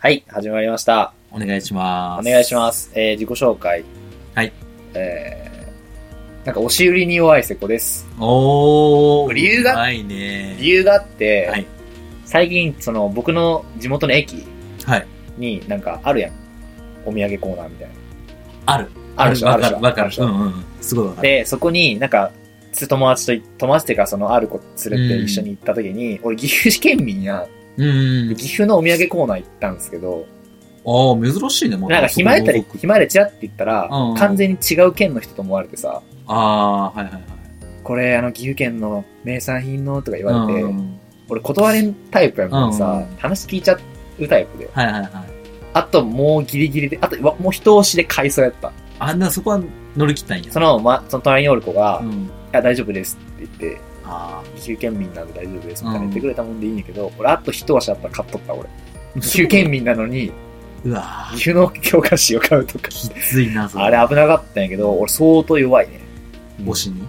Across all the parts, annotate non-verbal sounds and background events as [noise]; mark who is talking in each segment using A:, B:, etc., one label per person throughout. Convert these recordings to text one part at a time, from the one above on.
A: はい、始まりました。
B: お願いしま
A: お
B: す。
A: 願いします。えー、自己紹介。
B: はい。
A: えー、なんか押し売りに弱い瀬子です。
B: おー。
A: 理由が
B: うまい
A: 理
B: ね。
A: 由があって、
B: はい
A: 最近、その、僕の地元の駅
B: はい。
A: になんかあるやん。お土産コーナーみたいな。
B: ある。
A: あるでしょ、
B: わ
A: あるで
B: かる。
A: しょ。
B: わか
A: あ
B: る
A: で。し
B: う
A: ょ
B: んうん。すごいわかる。
A: で、そこになんか、つ友達とい、友達っていうか、その、ある子連れて一緒に行った時に、俺、岐阜県民やん、
B: うんうんうん。
A: 岐阜のお土産コーナー行ったんですけど、
B: あー、珍しいね、もう。
A: なんか、暇やったり、暇やりちらって言ったら
B: うんうん、
A: 完全に違う県の人と思われてさ、
B: あー、はいはいはい。
A: これ、あの、岐阜県の名産品のとか言
B: うん
A: われて、
B: うん。
A: 俺断れんタイプやもんさ、
B: うん
A: 話聞いちゃうタイプで。
B: はいはいはい。
A: あともうギリギリで、あとわもう人押しで買いそうやった。
B: あんな、そこは乗り切ったんや。
A: その、ま、その隣におる子が、
B: う
A: い
B: ん。
A: や、大丈夫ですって言って、
B: あ
A: 岐阜県民なんで大丈夫ですみたいな言ってくれたもんでいいんやけど、俺あと一足あったら買っとった俺。
B: ー。
A: 岐阜県民なのに、
B: うわー
A: 岐阜の教科書を買うとか。
B: きついな、それ。
A: あれ危なかったんやけど、俺相当弱いね。
B: 押しに。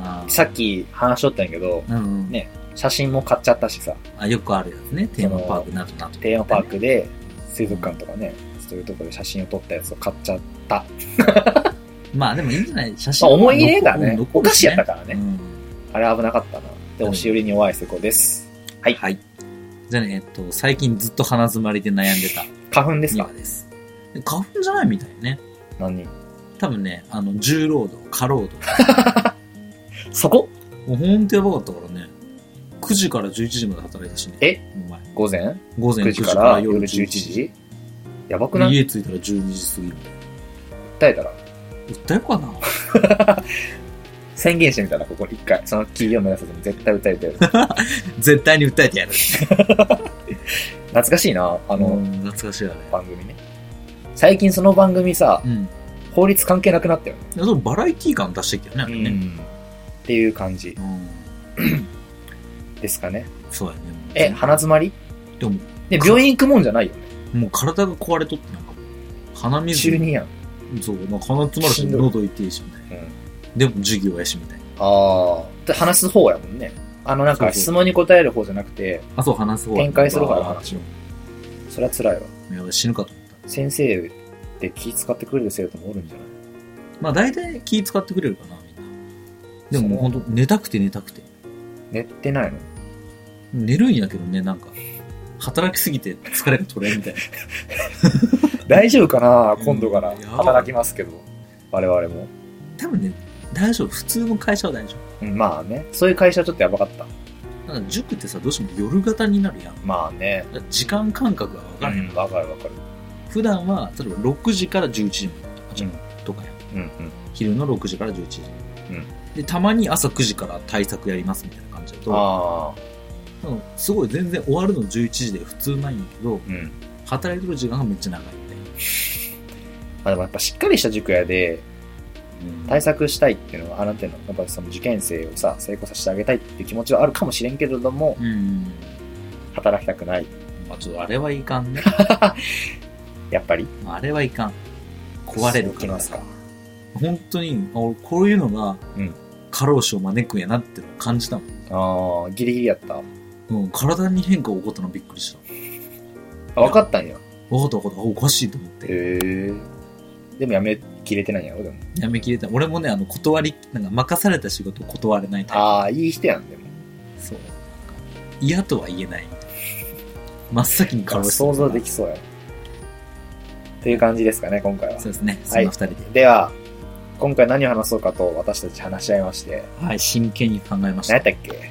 B: あー
A: さっき話しとったんやけど、
B: うんうん
A: ね。写真も買っちゃったしさ。
B: あ、よくあるやつね。テーマパークなどなど。
A: テーマパークで水族館とかね、そういうところで写真を撮ったやつを買っちゃった。
B: まあでもいいんじゃない写真
A: まあ、
B: は
A: 思い入れがね
B: 残、る
A: お菓子やったからね。
B: うん
A: あれ危なかったな。で、押し売りに弱い瀬子です。はい
B: はい。じゃあね、えっと、最近ずっと鼻詰まりで悩んでた
A: 花粉です
B: ニ
A: か
B: ワです。で花粉じゃないみたいね。
A: 何
B: 多分ね、あの、重労働、過労働。
A: そこ
B: もうほんとやばかったからね。9時から11時まで働いたしね。
A: え
B: お前。
A: 午前
B: 午前
A: 9
B: 9
A: 時
B: 時か
A: か
B: ら
A: ら
B: 夜
A: 夜
B: 11
A: 11
B: 時。
A: 時やばくない
B: 家着いたら12時過ぎる。
A: 訴えたら
B: 訴えようかな
A: 宣言してみたら、ここ一回。その企業目指さずに絶対訴えてる。
B: 絶対に訴えてやる。
A: 懐かしいな、 [laughs] あ
B: あ
A: の
B: 懐かしいあれ。
A: 番組ね。最近その番組さ
B: う、ん。
A: 法律関係なくなったよね。
B: でもバラエティ感出してきたよね、あれね。
A: っていう感じ
B: うん。
A: ですかね。
B: そうやね。
A: え、鼻詰まり
B: でも、
A: で、病院行くもんじゃないよね。
B: もう体が壊れとってなんか、鼻水
A: 中。二やん。
B: そう、まあ、鼻詰まる
A: し
B: し、
A: んどい
B: 喉痛いし、みたいな。
A: うん
B: でも、授業やし、みたいな。
A: ああ。で話す方やもんね。あの、なん
B: そ
A: か
B: うそう
A: 質問に答える方じゃなくて、
B: あ、そう、話す方
A: 展開する方の話
B: 話を。
A: それは辛いわ。
B: やばい死ぬかと思った。
A: 先生って気使ってくれる生徒もおるんじゃない
B: まあ、大体気使ってくれるかな、みんな。でも、もうほんと、寝たくて寝たくて。
A: 寝てないの
B: 寝るんやけどね、なんか、働きすぎて疲れが取れんみ
A: [laughs]
B: たいな。
A: 大丈夫かな今度から。
B: うん
A: 働きますけど。我々も。
B: 多分ね、大丈夫。普通の会社は大丈
A: うん、まあね。そういう会社はちょっとやばかった。
B: 夫。なんか、塾ってさ、どうしても夜型になるやん。だか
A: まあね。
B: ら時間感覚がわ
A: う
B: からへん。
A: ん、わかるわかる。
B: 普段は、例えば6時から11時までとかじゃん
A: う
B: とかやん。
A: うんうん。
B: 昼の6時から11時。
A: うん
B: で、たまに朝9時から対策やりますみたいな感じだと、
A: ああ。
B: うんすごい全然終わるの11時で普通ないんだけど、
A: うん。
B: 働いてる時間がめっちゃ長いみたい
A: まあでもやっぱしっかりした塾やで、
B: な。
A: 対策したいっていうのは、あなたの、やっぱその受験生をさ、成功させてあげたいっていう気持ちはあるかもしれんけれども、
B: うん。うん。
A: 働きたくない。
B: まあちょっとあれはいか
A: [laughs]
B: んね。
A: やっぱり。
B: あれはいかん。壊れる
A: そうき
B: か
A: ま
B: ら
A: す
B: さ
A: か。。
B: 本当に、あ俺こういうのが
A: うん、
B: 過労死を招くんやなってのを感じたも
A: ああ、ギリギリやった。
B: ん。うん、体に変化が起こったのびっくりした。
A: あ、分かったんや。
B: わかったわかった。あおかしいと思って。
A: へえ。でもやめきれてないんやろ、でも。
B: やめきれた。俺もね、あの、断り、なんか任された仕事断れないタイプ。
A: ああ、いい人やん、でも。
B: そう。なんか嫌とは言えない。真っ先に過労死する
A: 想像できそうやな。という感じですかね、今回は
B: そ。うですね。そんな二人で。
A: では、今回何を話そうかと私たち話し合いまして、
B: はい、真剣に考えまし。
A: 何やったたっけ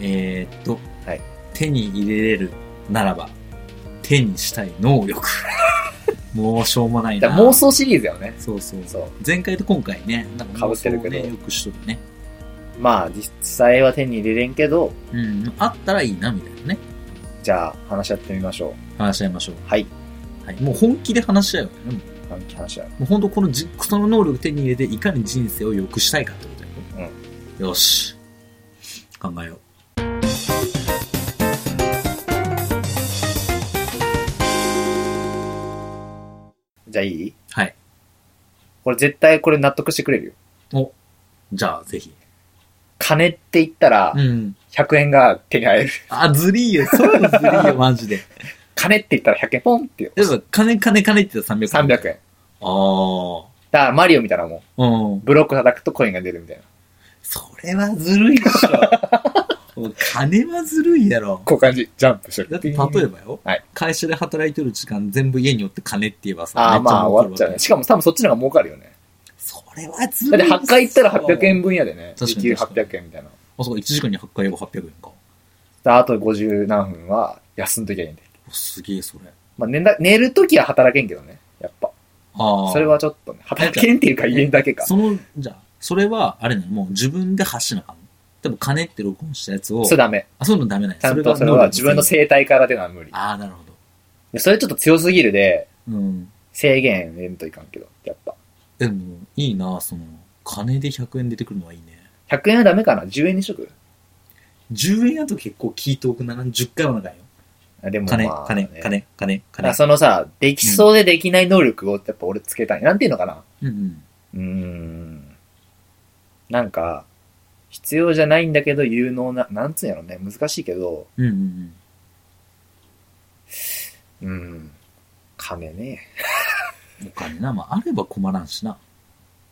B: えーっと、
A: はい
B: 手に入れれるならば、手にしたい能
A: [laughs]
B: 力。もうしょうもない
A: じ
B: な。
A: ゃあ妄想シリーズよね。
B: そうそう。
A: そう。
B: 前回と今回ね、なんか
A: 被ってるけど
B: 妄想をね、よくしとるね。
A: まあ、実際は手に入れれんけど、
B: うん、あったらいいな、みたいなね。
A: じゃあ、話し合ってみましょ
B: 話し合いましょう。
A: はい。
B: はい、もう本気で話し合うよね。も
A: う。短期話し合いう
B: 本当このじ、その能力手に入れて、いかに人生を良くしたいかってことやろ。うん。よし。考えよう。
A: じゃあいい
B: はい。
A: これ絶対これ納得してくれるよ。
B: じゃあ、ぜひ。
A: 金って言ったら
B: う、ん。
A: 100円が手に入る。
B: あ、ずりーよ。そういうのずりーよ、マジで。
A: 金って言ったら100円ポンって
B: やっぱ、金、金、金って言ったら300円。
A: 300円。
B: あ
A: だからマリオみたいなもん。
B: あ。うん。
A: ブロック叩くとコインが出るみたいな。
B: それはずるいでしょ。も
A: [laughs]
B: う金はずるいやろ。
A: こういう感じ。ジャンプしてる。
B: だって、例えばよ、
A: はい
B: 会社で働いてる時間全部家に寄って金って言えばさ、
A: あ
B: め
A: あ、
B: ち
A: まあ終わっちゃ
B: 儲かる
A: う
B: わ
A: ね。
B: け
A: しかも多分そっちの方が儲かるよね。
B: それはず
A: だ
B: る
A: っ
B: い
A: て
B: っしょ
A: 8回行ったら800円分やでね。
B: 確
A: 時
B: かに
A: 給
B: 確かに
A: 800円みたいな。
B: あ、そうか、1時間に8回言えば800円か。
A: であと50何分は休んときゃいいんで。
B: おすげえ、それ。
A: まあ寝な寝るときは働けんけどね。やっぱ。
B: ああ。
A: それはちょっとね。働けんっていうか家だけか。
B: その、じゃあ、それは、あれね、もう自分で発しなあかんの。多分金って録音したやつを、
A: それダメ。
B: あ、そういうのダメなんや
A: ちゃんとそれは自分の生態からでは無理。
B: ああ、なるほど。
A: でそれちょっと強すぎるで、
B: うん。
A: 制限えんといかんけど。やっぱ。
B: でも、いいな、その、金で100円出てくるのはいいね。
A: 100円はダメかな ?10 円にしとく
B: 10円やと結構聞いておくな、10回はなかんよ。
A: あでもまあ、
B: 金、
A: ね。
B: 金、金、金、
A: だから
B: 金。
A: そのさ、できそうでできない能力をやっぱ俺つけたい。なんていうのかな
B: うんうん。
A: うーん。なんか、必要じゃないんだけど有能な、なんつうんやろね。難しいけど、
B: うんうんうん。
A: うん。金ね。
B: お金な、まあ、あれば困らんしな。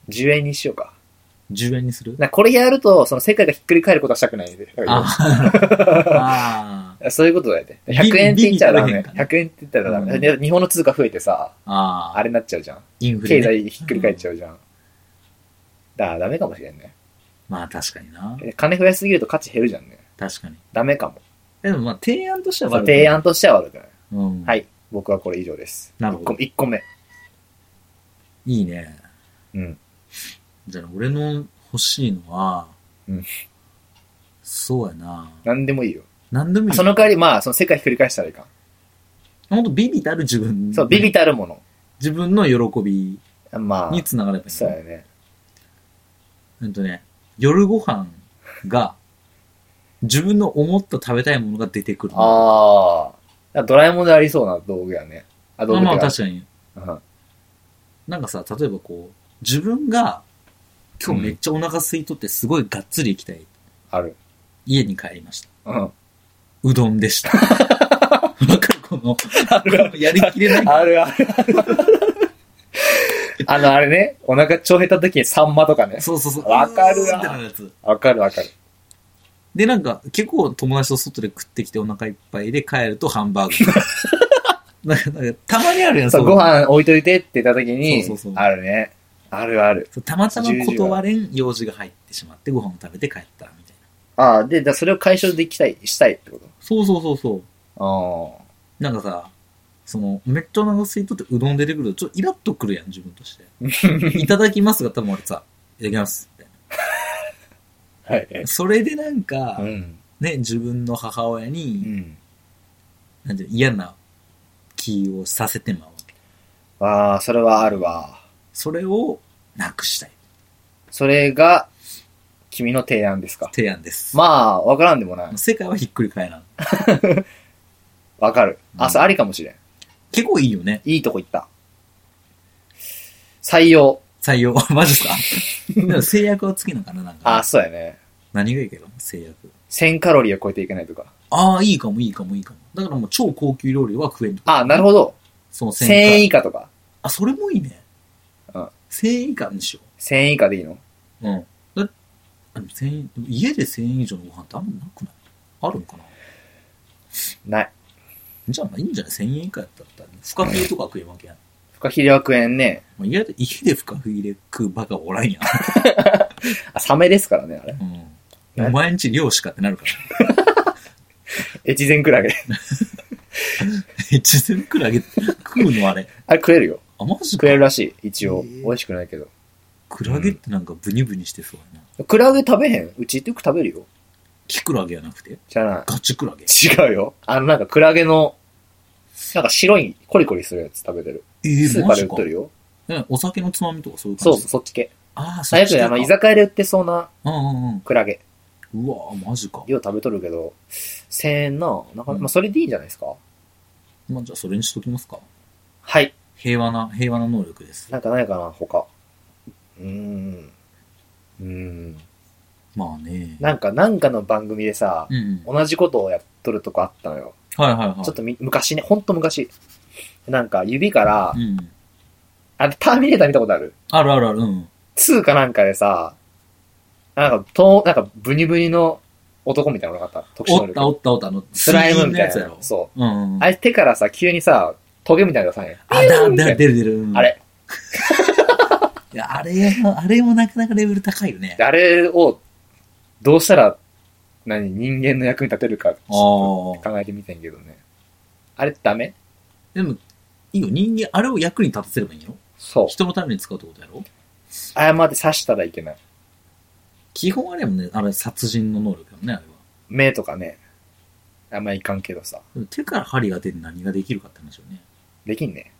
A: 10円にしようか。
B: 10円にする
A: なんかこれやると、その世界がひっくり返ることはしたくないで。 [laughs]
B: あーあー。
A: そういうことだよね。
B: ビ
A: 100円って言っちゃダ
B: ビビ取れ
A: メ。
B: へんから
A: 100円って言ったらダメ。
B: うん
A: で日本の通貨増えてさ、
B: あ
A: あれになっちゃうじゃん。
B: インフレ、
A: 経
B: ね。
A: 済ひっくり返っちゃうじゃん。だからダメかもしれんね。
B: まあ、確かにな。
A: で金増やしすぎると価値減るじゃんね。
B: 確かに。
A: ダメかも。
B: でも、まあ、提案としては
A: そう
B: 悪くない
A: 提。案としては悪くない。
B: うん。
A: はい。僕はこれ以上です。
B: なるほど
A: 1個一個目。
B: いいね。
A: うん。
B: じゃあ、俺の欲しいのは、
A: うん
B: そうやな。
A: なんでもいいよ。
B: なんでもいい。
A: その代わり、まあ、その世界ひっくり返したらいかん。
B: ほんと、ビビたる自分。
A: そう、ビビたるもの。
B: 自分の喜び
A: ま
B: に
A: あ、
B: つながればいい。
A: そうやね。
B: うんとね、夜ご飯が、自分の思った食べたいものが出てくる。
A: ああ。ドラえもんでありそうな道具やね。あ、道具
B: まあ
A: って
B: まあ
A: か
B: 確かに。
A: うん
B: なんかさ、例えばこう、自分が、今日めっちゃお腹空いとってすごいがっつり行きたい。
A: ある。
B: 家に帰りました。
A: うん。
B: うどんで
A: [laughs]
B: した。わかるこの、
A: あるある。
B: やりきれない。
A: あるある。 [laughs] あの、あれね、お腹超減った時にサンマとかね。
B: そうそうそう。
A: わかる
B: う
A: わ
B: ーんってなるやつ。
A: わかるわかる。
B: で、なんか、結構友達と外で食ってきてお腹いっぱいで帰るとハンバー
A: [laughs]
B: グ。なんか、なんかたまにあるやん、
A: そう、
B: そうい
A: ご
B: うの
A: 飯置いといてって言った時に
B: そうそうそう、
A: あるね。あるある。
B: そうたまたま断れん用事が入ってしまって、ご飯を食べて帰った、みたいな。
A: ああ、で、だそれを解消できたい、したいってこ
B: そうそうそうそう。
A: と
B: なんかさ、その、めっちゃお腹空いとってうどん出てくると、ちょっとイラッとくるやん、自分として。
A: [laughs]
B: いただきますが、多分俺さ、いただきます、みたい
A: ああ。はい
B: な。。それでなんか
A: う、ん。
B: ね、自分の母親
A: う
B: に、
A: ん。
B: なんていうの嫌な気をさせてまうわけ。
A: ああ、それはあるわ。
B: それをなくしたい。
A: それが、君の提案ですか。
B: 提案です。
A: まあ、わからんでもない。
B: 世界はひっくり返らん。
A: わかる。
B: う
A: あ、
B: ん
A: それありかもしれん。
B: 結構いいよね。
A: いいとこ行った。採用。
B: 採用。 [laughs] マジっすか
A: [laughs]
B: でも制約はつけなかな、なん
A: あ
B: か。
A: あ、そうやね。
B: 何がいいけど、制約。
A: 1000カロリーを超えていけないとか。
B: ああ、いいかも、いいかも、いいかも。だからもう超高級料理は食えるとか。
A: ああ、なるほど。
B: その
A: 1000
B: 1000
A: 円
B: 以
A: 以下とか。
B: あ、それもいいね。
A: うん
B: 1000円以下にしよ
A: 1000円以下でいいの
B: う。うん。だあでも1000円、でも家で1000円以上のご飯ってあんまなくないあるんかな
A: ない。
B: じゃあまあいいんじゃない ?1000 円以下やったら、フカヒレとか食えるわけやん。
A: フカヒレは食えんね。
B: まあ、家で、家でフカヒレ食うバカおらんやん。
A: あ、サメですからね、あれ。
B: うん。お前んち漁師かってなるから。
A: 越前クラゲ。
B: 越前クラゲ食うのあれ。
A: あれ食えるよ。
B: あ、マジ
A: 食
B: か
A: え。るらしい。一
B: へ
A: 応。
B: え
A: 美味しくないけど。
B: クラゲってなんかブニブニしてそうやな。
A: クラゲ食べへんうちってよく食べるよ。
B: キクラゲやなくて
A: じゃない。
B: ガチクラゲ。
A: 違うよ。あの、なんかクラゲの、なんか白い、コリコリするやつ食べてる。
B: え
A: ス
B: え
A: ーパ
B: マ
A: ーで
B: ジ
A: 売っ
B: か
A: て。るよ。
B: えお酒のつまみとかそういう
A: そ
B: 感
A: う
B: じ
A: そう、そっち系。
B: ああ、そ
A: 最
B: っち
A: 悪
B: 系
A: ね
B: か
A: あの、居酒屋で売ってそうな
B: うんうんうん。
A: クラゲ。
B: うわぁ、マジか。
A: よう食べとるけど、1000円な。なかなか、
B: うん
A: まあ、それでいいんじゃないですか
B: まあ、じゃあそれにしときますか。
A: はい。
B: 平和な、平和な能力です。
A: なんかないかな、他。うーん。うーん。
B: まあね。
A: なんか、なんかの番組でさ
B: う、んうん。
A: 同じことをやっとるとこあったのよ。
B: はいはいはい。
A: ちょっとみ昔ね、ほんと昔。なんか指から、
B: うん。
A: あれ、ターミネーター見たことある
B: あるあるある。うん。
A: ?2 かなんかでさ、なんか、と、なんか、ブニブニの男みたいなのがあった。特殊
B: お
A: 能
B: ったお
A: 力。
B: ったおった。あの、
A: スライムみ
B: 水銀の
A: たい
B: やつや
A: な
B: ろ。。
A: そう。
B: う。うんうん。
A: あれ手からさ、急にさ、トゲみたいなのがさ、
B: あ、だ、だ、出る出る。うん
A: あれ。
B: [laughs] いや、あれも、あれもなかなかレベル高いよね。
A: あれを、どうしたら、何、人間の役に立てるか、ち
B: あ
A: ょっ
B: あ。
A: と考えてみてんけどね。あれダメ
B: でも、いいよ。人間、あれを役に立たせればいいよ。
A: そう。
B: 人のために使うってことやろ
A: 誤って刺したらいけない。
B: 基本あれもね、あれ殺人の能力よね、あれは。
A: 目とかね、あんまいかんけどさ、
B: でも手から針が出て何ができるかって話よね。
A: できんね。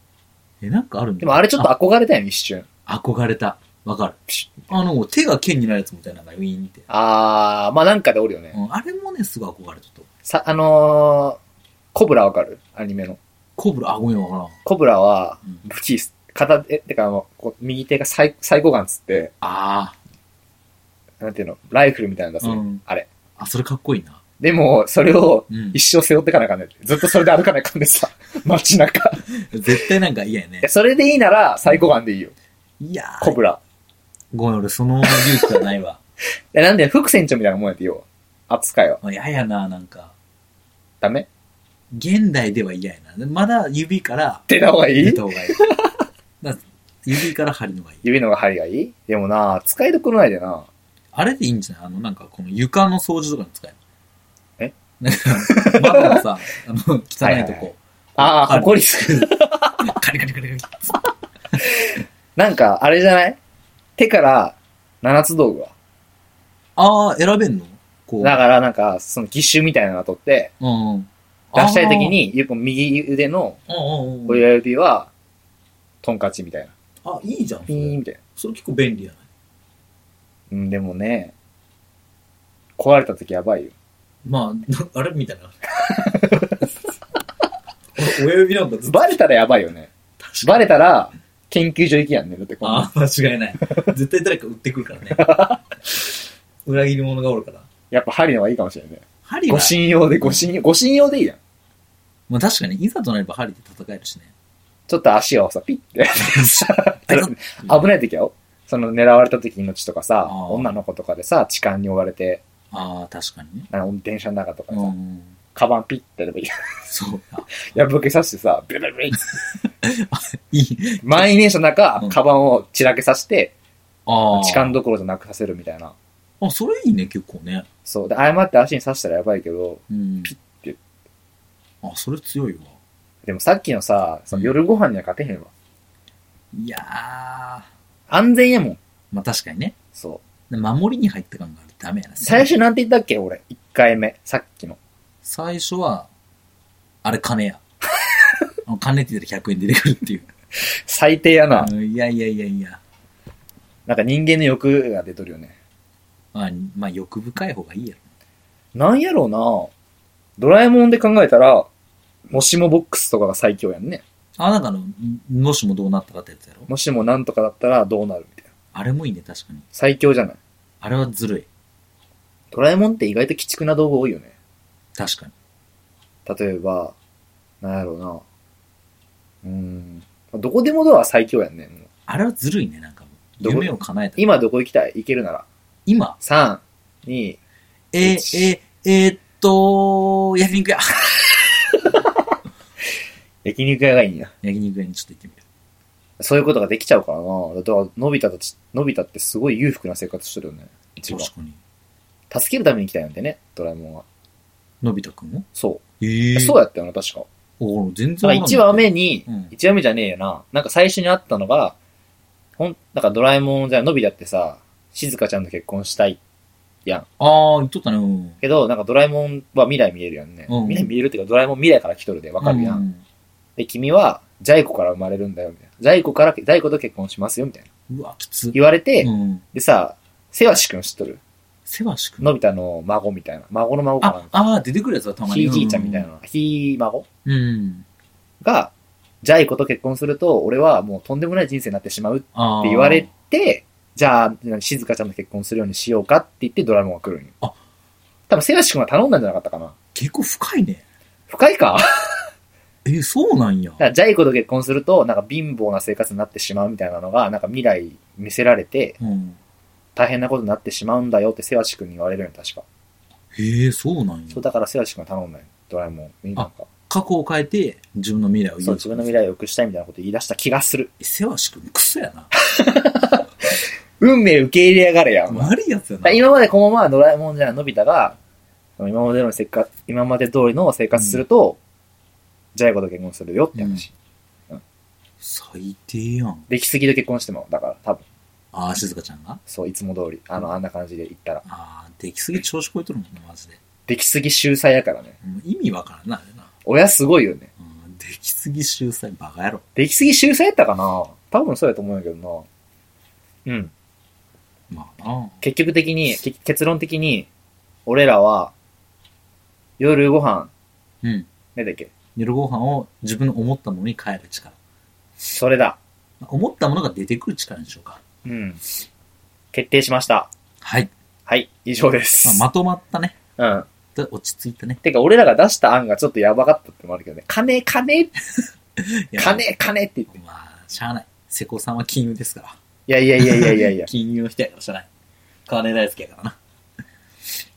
B: え、なんかあるんだ
A: でもあれちょっと憧れたよね、一瞬。
B: 憧れた。わかる
A: ピシッ。
B: あの、手が剣になるやつみたいなのがウィーンって。
A: あー、まあなんかでおるよね。
B: うん、あれもね、すごい憧れちょっと。
A: さ、あのー、コブラわかるアニメの。
B: コブラ、あ、ごめんわからん。
A: コブラは
B: うん、
A: 武器、片手、てかあの、こう右手がサイサイコガンつって、
B: あ
A: なんていうの、ライフルみたいなの出
B: あ、
A: す
B: う
A: の、
B: ん。
A: あれ。
B: あ、それかっこいいな。
A: でも、それを
B: うん
A: 一。生背負ってかなあかんねんてずっとそれで歩かなあかんでさ、 [laughs] 街中。
B: 絶対なんか嫌やね
A: え。それでいいなら、サイコガンでいいよ。
B: いや
A: コ
B: ー、
A: ブラ。
B: ごめん、俺その勇気はないわ。 [laughs]
A: え、なんで、副船長みたいなもんやってよ。扱いは。
B: あ嫌やな、なんか。
A: ダメ
B: 現代では嫌やな。まだ指から
A: 出た方がい
B: 出
A: い
B: た方がいい。だから指から針の方がいい。
A: 指のが針がいいでもな、使いどころないでな。
B: あれでいいんじゃないあの、なんか、この床の掃除とかに使え
A: え
B: る。なんか、窓のさ、あの、汚いとこ。
A: はいはいはいああ、
B: ある
A: ほこりする。
B: カリカリカリカリ。
A: なんか、あれじゃない手から、七つ道具は。
B: ああ、選べんのこう。
A: だから、なんか、その義手みたいなのを取って、
B: うんうん。
A: 出したい時に、よく右腕の
B: あー。うんうんうん。
A: 親指は、トンカチみたいな。
B: あ、いいじゃん。そ
A: ピ
B: れ
A: ーンみたいな。
B: それ結構便利やない
A: うん、でもね、壊れた時やばいよ。
B: まあ、あ [laughs] れみたいな。お親指なんかずっと。
A: バレたらやばいよね。バレたら、研究所行きやんね。だってこんな
B: ああ、間違いない。絶対誰か売ってくるから
A: [laughs]
B: ね。裏切り者がおるから。
A: やっぱ針の方がいいかもしれないね。
B: 針は
A: 護、身用で、護身用、護身用でいいやん。
B: まあ確かに、いざとなれば針で戦える
A: [laughs]
B: しね。
A: ちょっと足をさ、ピッて。
B: あ
A: [laughs] 危ない時よ。その狙われた時命とかさ
B: あー、
A: 女の子とかでさ、痴漢に追われて、
B: あー、確かにね。
A: あの電車の中とか
B: う
A: でさ、
B: ん。
A: カバンピッてやればいい。
B: そうか。
A: 破けさしてさ、ビリビリビリって
B: いい。
A: 満員電車の中
B: うん、
A: カバンを散らけさして、
B: ああ。
A: 痴漢どころじゃなくさせるみたいな。
B: あ、それいいね、結構ね。
A: そう。で、誤って足に刺したらやばいけど、
B: うん。
A: て
B: あ、それ強いわ。
A: でもさっきのさ、その夜ご飯には勝てへんわ。
B: いやー。
A: 安全やもん。
B: まあ確かにね。
A: そう。
B: 守りに入った感があるダメやな。
A: 最初なんて言ったっけ俺。1回目。さっきの。
B: 最初は、あれ金や。 [laughs] あの金って言ったら100円出てくるっていう。
A: 最低やな。
B: うんいやいやいやいや。
A: なんか人間の欲が出とるよね。
B: まあ、まあ欲深い方がいいやろ。
A: なんやろうなドラえもんで考えたら、もしもボックスとかが最強やんね。
B: あ、なんかあの、もしもどうなったかってやつやろ。
A: もしもなんとかだったらどうなるみたいな。
B: あれもいいね、確かに。
A: 最強じゃない。
B: あれはずるい。
A: ドラえもんって意外と鬼畜な道具多いよね。
B: 確かに。
A: 例えば、なんやろうなうーん。どこでもドアは最強やんね。もう
B: あれはずるいね、なんかもう。
A: どこ
B: 夢を叶えた。
A: 今どこ行きたい行けるなら。
B: 今、
A: 3、2、
B: え
A: う
B: ー、
A: ち
B: えー、えーっと、焼肉屋。
A: 焼肉屋がいいんや。
B: [laughs] 焼肉屋にちょっと行ってみる。
A: そういうことができちゃうからなだから、のび太たち、のび太ってすごい裕福な生活してるよね。一番。
B: 確かに。
A: 助けるために来たんやんてね、ドラえもんは。
B: のび太くんも
A: そ
B: ええ
A: う。そうやったよな、確か。
B: お全然
A: だか
B: わか
A: ら
B: んない
A: 1話目に、
B: うん
A: 一1話目じゃねえよな。なんか最初にあったのが、ほん、なんかドラえもんじゃ、のび太ってさ、静香ちゃんと結婚したい。
B: ああ、言っとったね。うん。
A: けど、なんかドラえもんは未来見えるやんね。
B: うん
A: 未来見えるっていうか、ドラえもん未来から来とるでわかるやん。
B: う
A: で、君は、ジャイ子から生まれるんだよ、みたいな。ジャイ子から、ジャイ子と結婚しますよ、みたいな。
B: うわ、きつ。
A: 言われて、
B: うん。
A: でさ、セワシ君知っとる
B: せわしくん。
A: のび太の孫みたいな。孫の孫か
B: あ、ああ、出てくるやつはた
A: な。
B: ま
A: ひ
B: に。
A: いじいちゃんみたいな。ひい孫
B: うん。うん。
A: が、ジャイ子と結婚すると、俺はもうとんでもない人生になってしまう
B: ああ。
A: って言われて、じゃあ、静香ちゃんと結婚するようにしようかって言ってドラえもんが来るんよ。
B: あ
A: 多分、セラシ君は頼んだんじゃなかったかな。
B: 結構深いね。
A: 深いか
B: え、そうなんや。
A: だからジャイ子と結婚すると、なんか貧乏な生活になってしまうみたいなのが、なんか未来見せられて、
B: うん。
A: 大変なことになってしまうんだよって、セワシ君に言われるのよ、確か。
B: へえ、そうなんや
A: そう、。だからセワシ君が頼んだよ、ドラえもんに。なんか、
B: 過去を変えて、自分の未来を言う。
A: そう、自分の未来を良くしたいみたいなこと言い出した気がする。
B: え。せわしくん、クソやな。
A: 運命受け入れやがれや、お前
B: [laughs] 悪いやつや
A: だか
B: な。
A: ら今までこのままドラえもんじゃないのび太が、今までのせっか今まで通りの生活すると、ジャイ子と結婚するよって話。
B: 最低やん。
A: できすぎと結婚しても、だから多分、
B: ああ、静香ちゃんが
A: そう、いつも通り、あの、あんな感じで言ったら。
B: ああ、できすぎ調子こいとるもんな、マジで。
A: できすぎ秀才やからね。
B: うん意味わからんな、あれな。
A: 親すごいよね。
B: うんできすぎ秀才、バカ野郎。
A: できすぎ秀才やったかな多分そうやと思うんやけどな。うん。
B: まあな。
A: 結局的に、け結論的に、俺らは、夜ご飯、
B: うん。
A: なんだっけ
B: 夜ご飯を自分の思ったものに変える力。
A: それだ。
B: 思ったものが出てくる力にしようか。
A: うん。決定しました。
B: はい。
A: はい、以上です
B: まあ、。まとまったね。
A: うん。
B: で落ち着いたね。
A: てか、俺らが出した案がちょっとやばかったってのもあるけどね。金、金、
B: いや
A: 金、金って言って。
B: まあ、しゃあない。瀬古さんは金融ですから。。
A: いやいやいやいやいやい
B: [laughs]
A: や
B: 金融の人やからしゃあない。金大好きやからな。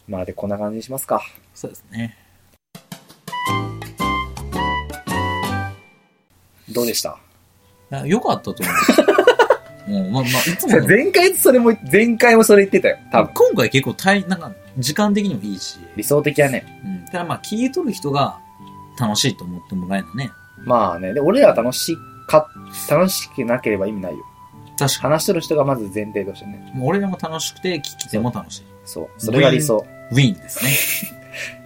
A: まあ、で、こんな感じにしますか。
B: そうですね。
A: どうでした
B: あよかったと思 [laughs] う。もう、まあまあ、いつもの、
A: 前回それも、前回もそれ言ってたよ。多分。
B: 今回結構大、なんか、時間的にもいいし、
A: 理想的はね。
B: うん。ただまあ、聞いとる人が楽しいと思ってもらえるのね。
A: まあね、で、俺らは楽しか、楽しくなければ意味ないよ。
B: 確か
A: 話しとる人がまず前提としてね。
B: に。もう俺らも楽しくて、聞き手も楽しい。
A: そう。それが理想。
B: ウィンですね。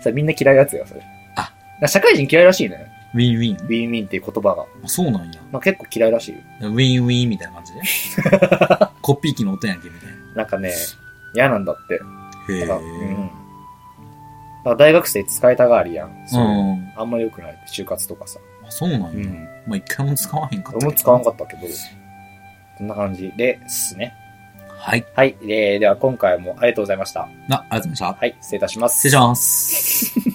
A: それみんな嫌いなやつよ、それ。
B: あ。
A: 社会人嫌いらしいね。
B: ウィンウィ
A: ウ
B: ン
A: ィンウィンっていう言葉が。
B: あそうなんや。
A: まあ結構嫌いらしいよ。
B: ウィンウィンみたいな
A: [laughs]
B: 感じで。コッピー機の音やんけ、みたい
A: なんかね、嫌なんだって。だ
B: な。
A: から、うん。だから大学生使いたがりやん。
B: う
A: そういう。
B: ん。
A: あんま良くないって、就活とかさ。
B: あそうなんや。
A: うん。
B: まあ、一回も使わへんかったけ
A: 俺
B: ど。
A: も使わんかったけど、こんな感じですね。
B: はい。
A: はい。えーでは今回もありがとうございました。
B: な、ありがとうございました。
A: はい。失礼いたします
B: 失礼。します。